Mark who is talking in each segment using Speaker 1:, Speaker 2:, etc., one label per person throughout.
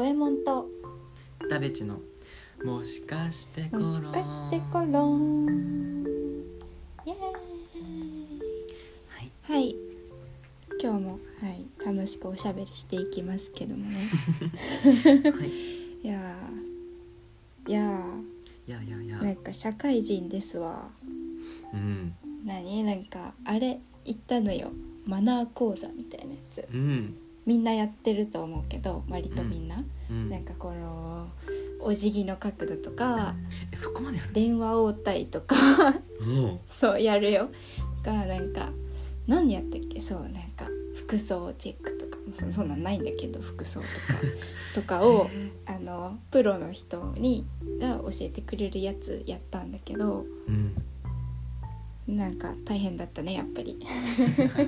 Speaker 1: えもんと
Speaker 2: ダベチのもしかしてコ
Speaker 1: も
Speaker 2: ロ
Speaker 1: し
Speaker 2: ン
Speaker 1: かしてコロンイエー
Speaker 2: はい
Speaker 1: イはい今日もはい楽しくおしゃべりしていきますけども ね
Speaker 2: はい
Speaker 1: いやーいや
Speaker 2: いやいやいや
Speaker 1: ーなんか社会人ですわ
Speaker 2: うん
Speaker 1: 何なんかあれ行ったのよマナー講座みたいなやつ
Speaker 2: うん
Speaker 1: みんなやってると思うけど割とみんな、
Speaker 2: うん
Speaker 1: なんかこのお辞儀の角度とか
Speaker 2: えそこまである
Speaker 1: 電話応対とか
Speaker 2: も
Speaker 1: そうやるよがなんか何やったっけそうなんか服装チェックとかそそんなんないんだけど服 装とかとか
Speaker 2: う
Speaker 1: をあのプロの人にが教えてくれるやつやったんだけど
Speaker 2: うん
Speaker 1: なんか大変だったねやっぱり。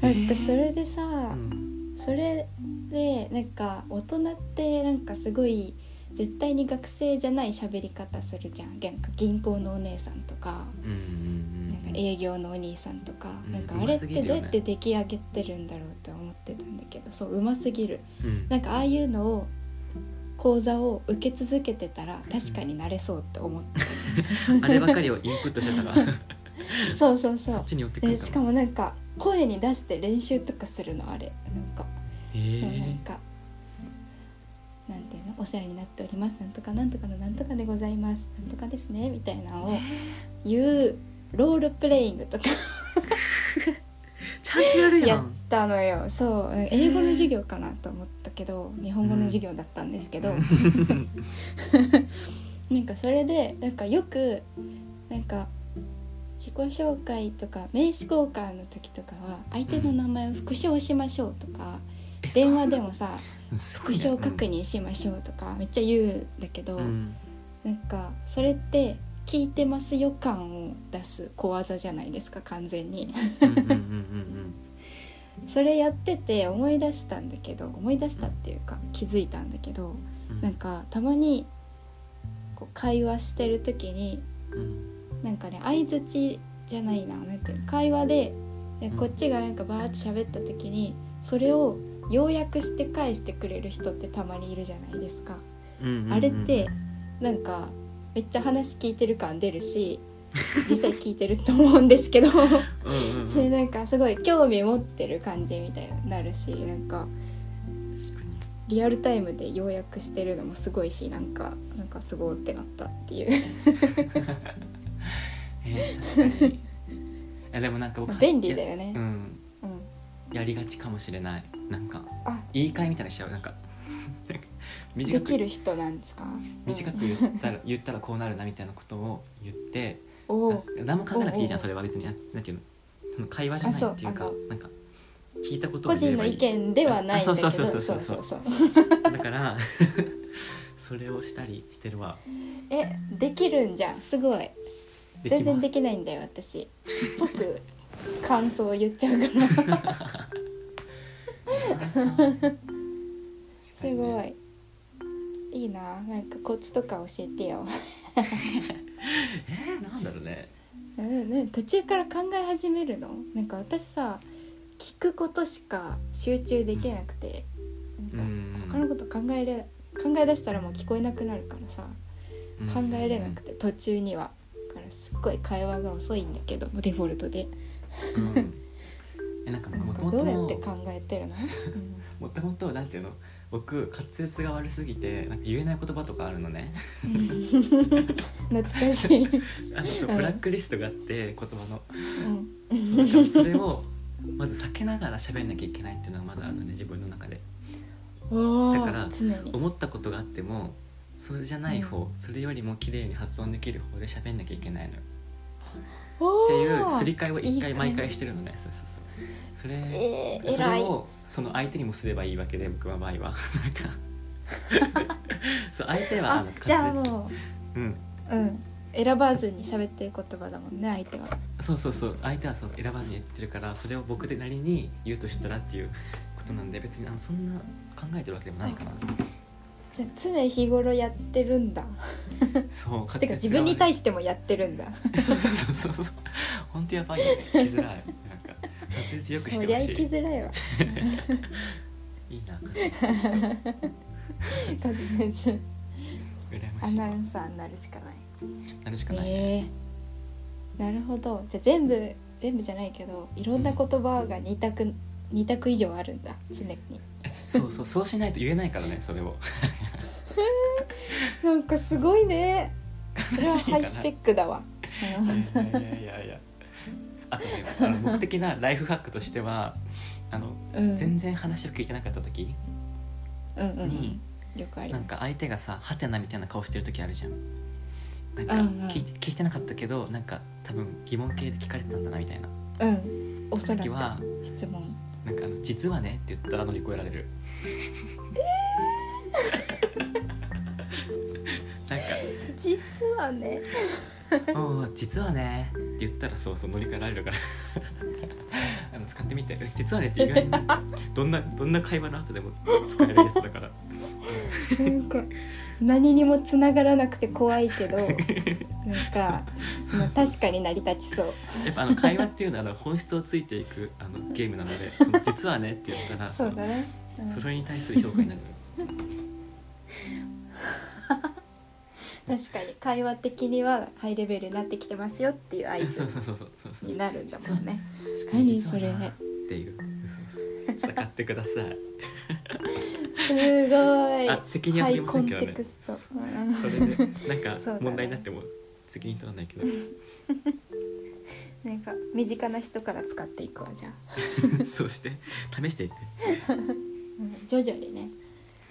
Speaker 1: なんかそれでさ、
Speaker 2: うん
Speaker 1: それでなんか大人ってなんかすごい絶対に学生じゃない喋り方するじゃんなんか銀行のお姉さんとか
Speaker 2: うんうん
Speaker 1: なんか
Speaker 2: うん
Speaker 1: 営業のお兄さんとか、
Speaker 2: うん
Speaker 1: なんかあれっ
Speaker 2: うますぎ
Speaker 1: て
Speaker 2: るよ
Speaker 1: どう
Speaker 2: ね
Speaker 1: やって出来上げてるんだろうって思ってたんだけどそううますぎる
Speaker 2: うん
Speaker 1: なんかああいうのを講座を受け続けてたら確かになれそうって思って、
Speaker 2: あればかりをインプットしてたら
Speaker 1: そうそう そ
Speaker 2: そうっちに寄ってくる
Speaker 1: で
Speaker 2: かも
Speaker 1: しかもなんか声に出して練習とかするのあれなんか
Speaker 2: へ
Speaker 1: そうな
Speaker 2: え
Speaker 1: んかなんていうのお世話になっておりますなんとかなんとかのなんとかでございますなんとかですねみたいなのを言うロールプレイングとか
Speaker 2: ちゃんとやるや
Speaker 1: や
Speaker 2: ん
Speaker 1: ったのよそう英語の授業かなと思ったけど日本語の授業だったんですけど、なんかそれでなんかよくなんか自己紹介とか名刺交換の時とかは相手の名前を復唱しましょうとか、
Speaker 2: え
Speaker 1: 電話でもさ
Speaker 2: そ
Speaker 1: 復
Speaker 2: う
Speaker 1: 唱
Speaker 2: んすごいね
Speaker 1: 確認しましょうとかめっちゃ言うんだけど、
Speaker 2: うん
Speaker 1: なんかそれって聞いてますよ感を出す小技じゃないですか完全に
Speaker 2: うんうんうんうん
Speaker 1: それやってて思い出したんだけど思い出したっていうか気づいたんだけど
Speaker 2: うん
Speaker 1: なんかたまにこう会話してる時に
Speaker 2: うん
Speaker 1: なんかね相づちじゃないななんていうの会話ででこっちがなんかバーッと喋った時にそれを要約して返してくれる人ってたまにいるじゃないですか。
Speaker 2: うんうんうん
Speaker 1: あれってなんかめっちゃ話聞いてる感出るし実際聞いてると思うんですけど
Speaker 2: うんうんうん
Speaker 1: それなんかすごい興味持ってる感じみたいになるしなんか
Speaker 2: 確かに
Speaker 1: リアルタイムで要約してるのもすごいしなんかなんかすごいってなったっていう
Speaker 2: えー確か にいやでもなんか僕
Speaker 1: 便利だよね
Speaker 2: うん
Speaker 1: うん
Speaker 2: やりがちかもしれないなんか
Speaker 1: あ
Speaker 2: 言い換えみたいなしちゃうなんか なんか
Speaker 1: で
Speaker 2: 短
Speaker 1: き
Speaker 2: く
Speaker 1: る人なんですか
Speaker 2: 短く
Speaker 1: うん
Speaker 2: 言ったら言ったらこうなるなみたいなことを言って
Speaker 1: おう
Speaker 2: あ何も考えなくていいじ
Speaker 1: おうお
Speaker 2: ゃん
Speaker 1: う
Speaker 2: それは別にななんていうのその会話じゃないっていう
Speaker 1: あ
Speaker 2: か
Speaker 1: そう
Speaker 2: なんか聞いたこと
Speaker 1: 個
Speaker 2: を言え
Speaker 1: 人
Speaker 2: ば
Speaker 1: の
Speaker 2: い
Speaker 1: 意
Speaker 2: い
Speaker 1: 見ではないんだけど
Speaker 2: あそうそうそうそうそう
Speaker 1: そう
Speaker 2: だから それをしたりしてるわ
Speaker 1: えできるんじゃんすごい
Speaker 2: で
Speaker 1: 全
Speaker 2: きま
Speaker 1: 然
Speaker 2: す
Speaker 1: できないんだよ私即感想を言っちゃうから
Speaker 2: あそう
Speaker 1: すごい。いいな、なんかコツとか教えてよ。
Speaker 2: えー、なんだろうね
Speaker 1: うんうん途中から考え始めるの。なんか私さ、聞くことしか集中できなくて、
Speaker 2: う
Speaker 1: なんか
Speaker 2: ん
Speaker 1: 他のこと考えれ考え出したらもう聞こえなくなるからさ、考えれなくて途中には。だからすっごい会話が遅いんだけどデフォルトで
Speaker 2: うんえなんか
Speaker 1: なん
Speaker 2: も
Speaker 1: か
Speaker 2: と
Speaker 1: ど
Speaker 2: も
Speaker 1: うやって
Speaker 2: と
Speaker 1: 考えてる の、うん
Speaker 2: もともとなんていうの僕滑舌が悪すぎてなんか言えない言葉とかあるのね
Speaker 1: 懐かし い、う
Speaker 2: あのそう
Speaker 1: うん
Speaker 2: ブラックリストがあって言葉の
Speaker 1: ん、
Speaker 2: なんかそれをまず避けながら喋んなきゃいけないっていうのがまずあるのね自分の中で
Speaker 1: おー
Speaker 2: だから
Speaker 1: 常に
Speaker 2: 思ったことがあってもそれじゃない方、それよりも綺麗に発音できる方で喋んなきゃいけないのよ
Speaker 1: おー
Speaker 2: っていうすり替えを一
Speaker 1: い
Speaker 2: 回
Speaker 1: い
Speaker 2: 毎回してるのねそうそうそうそれ、
Speaker 1: えー、
Speaker 2: それ
Speaker 1: 偉い
Speaker 2: をその相手にもすればいいわけで僕の場合 はなんかそう相手は
Speaker 1: あ
Speaker 2: の
Speaker 1: じゃあ
Speaker 2: 滑舌
Speaker 1: も
Speaker 2: うん
Speaker 1: ううん選ばずに喋ってる言葉だもんね相手は
Speaker 2: そうそうそう相手はそう選ばずに言ってるからそれを僕でなりに言うとしたらっていうことなんで別にあのそんな考えてるわけでもないかな
Speaker 1: じゃあ常日頃やってるん だ
Speaker 2: そう
Speaker 1: てか自分に対
Speaker 2: し
Speaker 1: してもやってるんだ
Speaker 2: てそうそうそうそうそう本当やばいよね生きづらいなんか滑舌よくし
Speaker 1: そ
Speaker 2: て
Speaker 1: りゃ
Speaker 2: ほし
Speaker 1: 生き
Speaker 2: い
Speaker 1: づらいわ
Speaker 2: いいな風邪ひく人
Speaker 1: 確実に
Speaker 2: 羨
Speaker 1: ア
Speaker 2: ましい
Speaker 1: ナ
Speaker 2: な
Speaker 1: ウンサーになるしかない
Speaker 2: るしかないね、
Speaker 1: えーなるほどじゃあ全部全部じゃないけどいろんな言葉が2択、二択以上あるんだ常に
Speaker 2: そうそうそうしないと言えないからねそれを
Speaker 1: なんかすごいねそれは
Speaker 2: 悲しい
Speaker 1: ハ
Speaker 2: か
Speaker 1: イ
Speaker 2: な
Speaker 1: スペックだわうん
Speaker 2: いやいやいやいやあとねあの僕的なライフハックとしてはあの、
Speaker 1: うん
Speaker 2: 全然話を聞いてなかった時
Speaker 1: うんうん
Speaker 2: に、
Speaker 1: うんよくあり
Speaker 2: な
Speaker 1: ます
Speaker 2: んか相手がさハテナみたいな顔してる時あるじゃんなんか
Speaker 1: うんうん
Speaker 2: 聞い聞いてなかったけどなんか多分疑問系で聞かれてたんだなみたいな
Speaker 1: うんおそら
Speaker 2: 時
Speaker 1: く
Speaker 2: は
Speaker 1: 質問
Speaker 2: なんかあの実はねって言ったら乗り越えられる。なん
Speaker 1: 実はね
Speaker 2: か、もう実はねって言ったら、そうそう乗り換えられるから。あの使ってみて、実はねって意外に、どんな、どんな会話の後でも使えるやつだから。
Speaker 1: なんか何にもつながらなくて怖い けどなんか、まあ、確かに成り立ちそう
Speaker 2: やっぱあの会話っていうのは、あの本質をついていく、あのゲームなので、その実はねって言ったら、
Speaker 1: そうだね、うん
Speaker 2: そのそれに対する評価になる。
Speaker 1: 確かに会話的にはハイレベルになってきてますよっていう合図
Speaker 2: そうそうそうそうそうそう。
Speaker 1: になるんだも んね
Speaker 2: 何
Speaker 1: 何
Speaker 2: そ
Speaker 1: そ
Speaker 2: れ
Speaker 1: れ
Speaker 2: っていうそうそう使ってください
Speaker 1: すごい
Speaker 2: あ責任は
Speaker 1: ハイ
Speaker 2: 取りま
Speaker 1: コ
Speaker 2: せん
Speaker 1: ン
Speaker 2: けど
Speaker 1: テ
Speaker 2: ね
Speaker 1: クスト、
Speaker 2: それでな ん
Speaker 1: そう
Speaker 2: か
Speaker 1: だね
Speaker 2: 問題になっても責任取らな いけど
Speaker 1: うんなんか身近な人から使っていくわじゃあ、
Speaker 2: そうして試していって
Speaker 1: うん徐々にね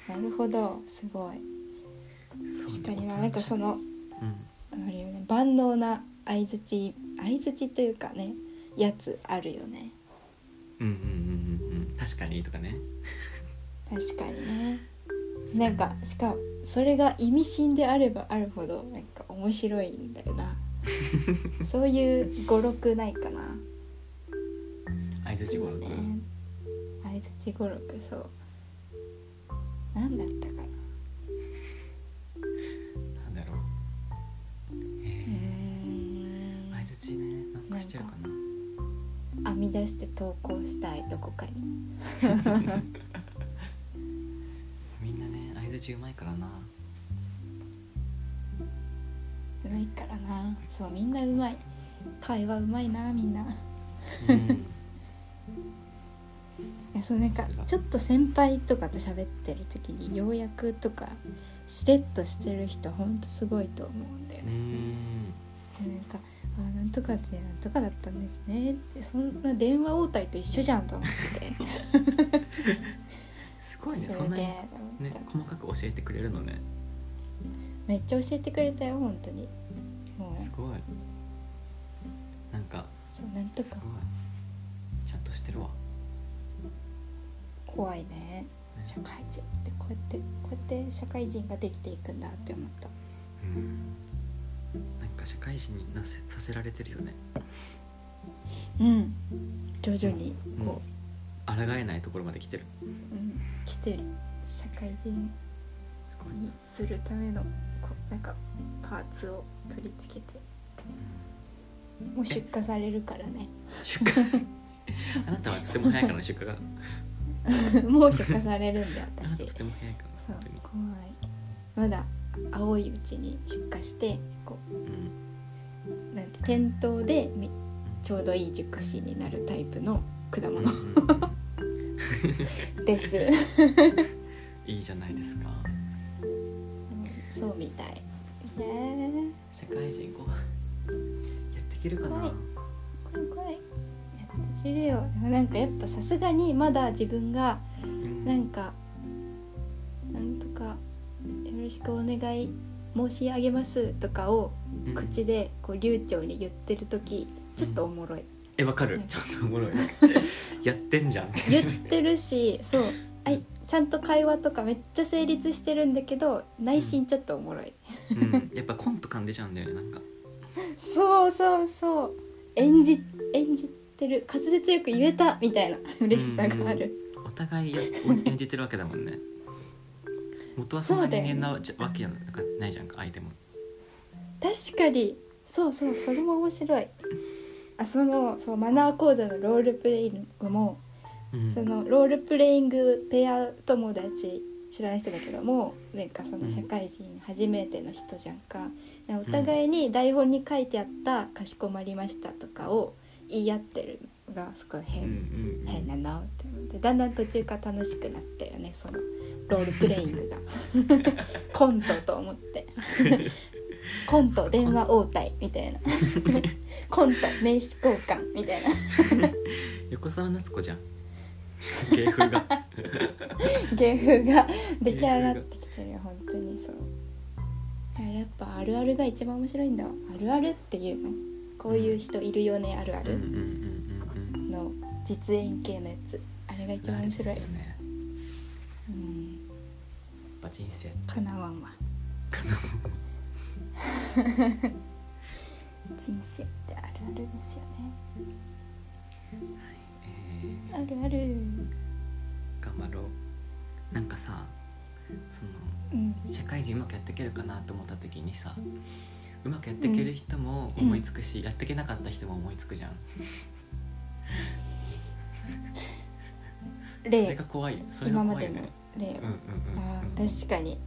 Speaker 1: なるほどすごい
Speaker 2: そう
Speaker 1: 確かにななんかその
Speaker 2: うん
Speaker 1: あるよね万能な相づち相づちというかねやつあるよね
Speaker 2: うんうんうんうんうん確かにとかね
Speaker 1: 確かにねなんかしかもそれが意味深であればあるほどなんか面白いんだよ なそういう語録ないかな
Speaker 2: 相槌語録
Speaker 1: ね相づち語録そう何だったかな
Speaker 2: なんだろう
Speaker 1: うー
Speaker 2: え
Speaker 1: ん
Speaker 2: ー相づちねなんかしちゃうかな
Speaker 1: 編み出して投稿したいどこかに
Speaker 2: みんなね相づちうまい からな
Speaker 1: うまいからなそうみんなうまい会話うまいなみんな
Speaker 2: うん
Speaker 1: いやそうなんか
Speaker 2: さすが
Speaker 1: ちょっと先輩とかと喋ってる時にようやくとかしれっとしてる人ほんとすごいと思うんだよ
Speaker 2: う
Speaker 1: ね。
Speaker 2: ん
Speaker 1: なんか「あなんとかってなんとかだったんですね」ってそんな電話応対と一緒じゃんと思って て
Speaker 2: すごいね
Speaker 1: す
Speaker 2: そんな
Speaker 1: げ
Speaker 2: に
Speaker 1: えと思っ
Speaker 2: ね
Speaker 1: た、
Speaker 2: 細かく教えてくれるのね
Speaker 1: めっちゃ教えてくれたよ本当にもう
Speaker 2: すごいなんか
Speaker 1: そうなんと
Speaker 2: す
Speaker 1: か
Speaker 2: ごいちゃんとしてるわ
Speaker 1: 怖いね社会人ってこうやってこうやって社会人ができていくんだって思った
Speaker 2: うんなんか社会人になせさせられてるよね
Speaker 1: うん徐々にこう、
Speaker 2: 抗えないところまで来てる
Speaker 1: うん、来てる社会人
Speaker 2: すごい、
Speaker 1: にするためのこうなんかパーツを取り付けて
Speaker 2: うん
Speaker 1: もう出荷されるからね
Speaker 2: 出荷 あなたはとても早いからね出荷が
Speaker 1: もう出荷されるんで
Speaker 2: あな
Speaker 1: 私
Speaker 2: た
Speaker 1: そ
Speaker 2: とても早いから
Speaker 1: う
Speaker 2: 本当に
Speaker 1: 怖いまだ青いうちに出荷してこ
Speaker 2: うん
Speaker 1: うなんて店頭でみちょうどいい熟しになるタイプの果
Speaker 2: う
Speaker 1: 物
Speaker 2: ん
Speaker 1: です うん
Speaker 2: いいじゃないですか
Speaker 1: そうみたいへえ
Speaker 2: 社会人こうやっていけるかな、
Speaker 1: はい怖い怖いやっていけるよでもなんかやっぱさすがにまだ自分が
Speaker 2: うん
Speaker 1: なんかなんとか「よろしくお願い申し上げます」とかを
Speaker 2: うん
Speaker 1: 口でこう流暢に言ってる時ちょっとおもろい
Speaker 2: えわかる
Speaker 1: なん
Speaker 2: ちょっとおもろい やってんじゃんって
Speaker 1: 言ってるしそう あいちゃんと会話とかめっちゃ成立してるんだけど内心ちょっとおもろい
Speaker 2: うん、やっぱコント感出ちゃうんだよねなんか
Speaker 1: そうそうそう演じ演じてる滑舌よく言えたみたいな嬉しさがある
Speaker 2: お互いや演じてるわけだも んね元はそんな人間なわじゃわけじゃないじゃんか相手も
Speaker 1: 確かにそうそうそれも面白いあそのそうマナー講座のロールプレイングも
Speaker 2: うん
Speaker 1: そのロールプレイングペア友達知らない人だけどもなんかその社会人初めての人じゃんかでお互いに台本に書いてあった「かしこまりました」とかを言い合ってるのがすごい
Speaker 2: うんう
Speaker 1: 変,、
Speaker 2: ん
Speaker 1: 変なのって思ってだんだん途中から楽しくなったよねそのロールプレイングがコントと思ってコント電話応対みたいなコント名刺交換みたいな
Speaker 2: 横澤夏子 じゃん芸風が
Speaker 1: 芸風が出来上がってきてるよ本当にそういややっぱあるあるが一番面白いんだわあるあるっていうのこういう人いるよねあるあ
Speaker 2: うんうんう
Speaker 1: る
Speaker 2: んうん
Speaker 1: の実演系のやつあれが一
Speaker 2: うん
Speaker 1: 番面
Speaker 2: です
Speaker 1: 白
Speaker 2: よ
Speaker 1: い、
Speaker 2: ね
Speaker 1: うん、
Speaker 2: やっぱ人生
Speaker 1: かなわんわ 人生ってあるあるですよね
Speaker 2: え
Speaker 1: あるある
Speaker 2: ー頑張ろうなんかさその
Speaker 1: うん
Speaker 2: 社会人うまくやっていけるかなと思った時にさうまくやっていける人も思いつくし、やっていけなかった人も思いつくじゃんそれ
Speaker 1: 例
Speaker 2: が怖いそれが
Speaker 1: 今ま
Speaker 2: 怖い
Speaker 1: での
Speaker 2: よね
Speaker 1: 例を
Speaker 2: うんうんうん
Speaker 1: あ
Speaker 2: うん
Speaker 1: ー確かに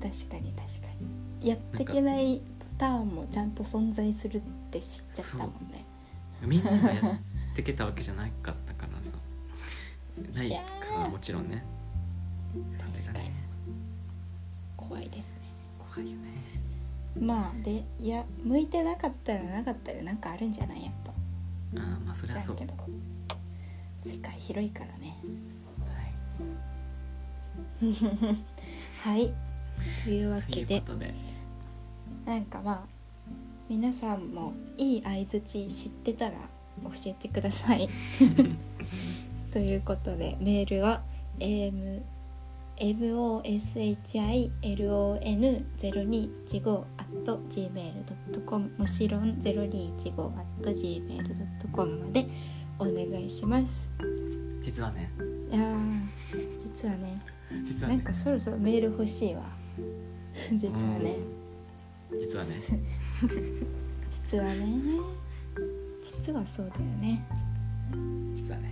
Speaker 1: 確かに確かにやってけないパターンもちゃんと存在するって知っちゃったもんね
Speaker 2: みんながやってけたわけじゃなかったからさない
Speaker 1: い
Speaker 2: か
Speaker 1: や
Speaker 2: らもちろんねそれがね
Speaker 1: 怖いですね
Speaker 2: 怖いよね
Speaker 1: まあでいや向いてなかったらなかったでなんかあるんじゃないやっぱ
Speaker 2: ああまあそ
Speaker 1: 知
Speaker 2: れ
Speaker 1: ら
Speaker 2: は
Speaker 1: ん
Speaker 2: そう
Speaker 1: けど世界広いからね
Speaker 2: はい
Speaker 1: はいというわ
Speaker 2: と
Speaker 1: け
Speaker 2: いう
Speaker 1: で
Speaker 2: ことで
Speaker 1: なんかまあ皆さんもいい相づち知ってたら教えてください。ということでメールは am moshilon0215-gmail.com もしろん 0215-gmail.com までお願いします。
Speaker 2: 実はね
Speaker 1: いやー実はね
Speaker 2: 実は
Speaker 1: なん
Speaker 2: ね
Speaker 1: かそろそろメール欲しいわ実はね。
Speaker 2: うん実はね
Speaker 1: 実はね実はそうだよね
Speaker 2: 実はね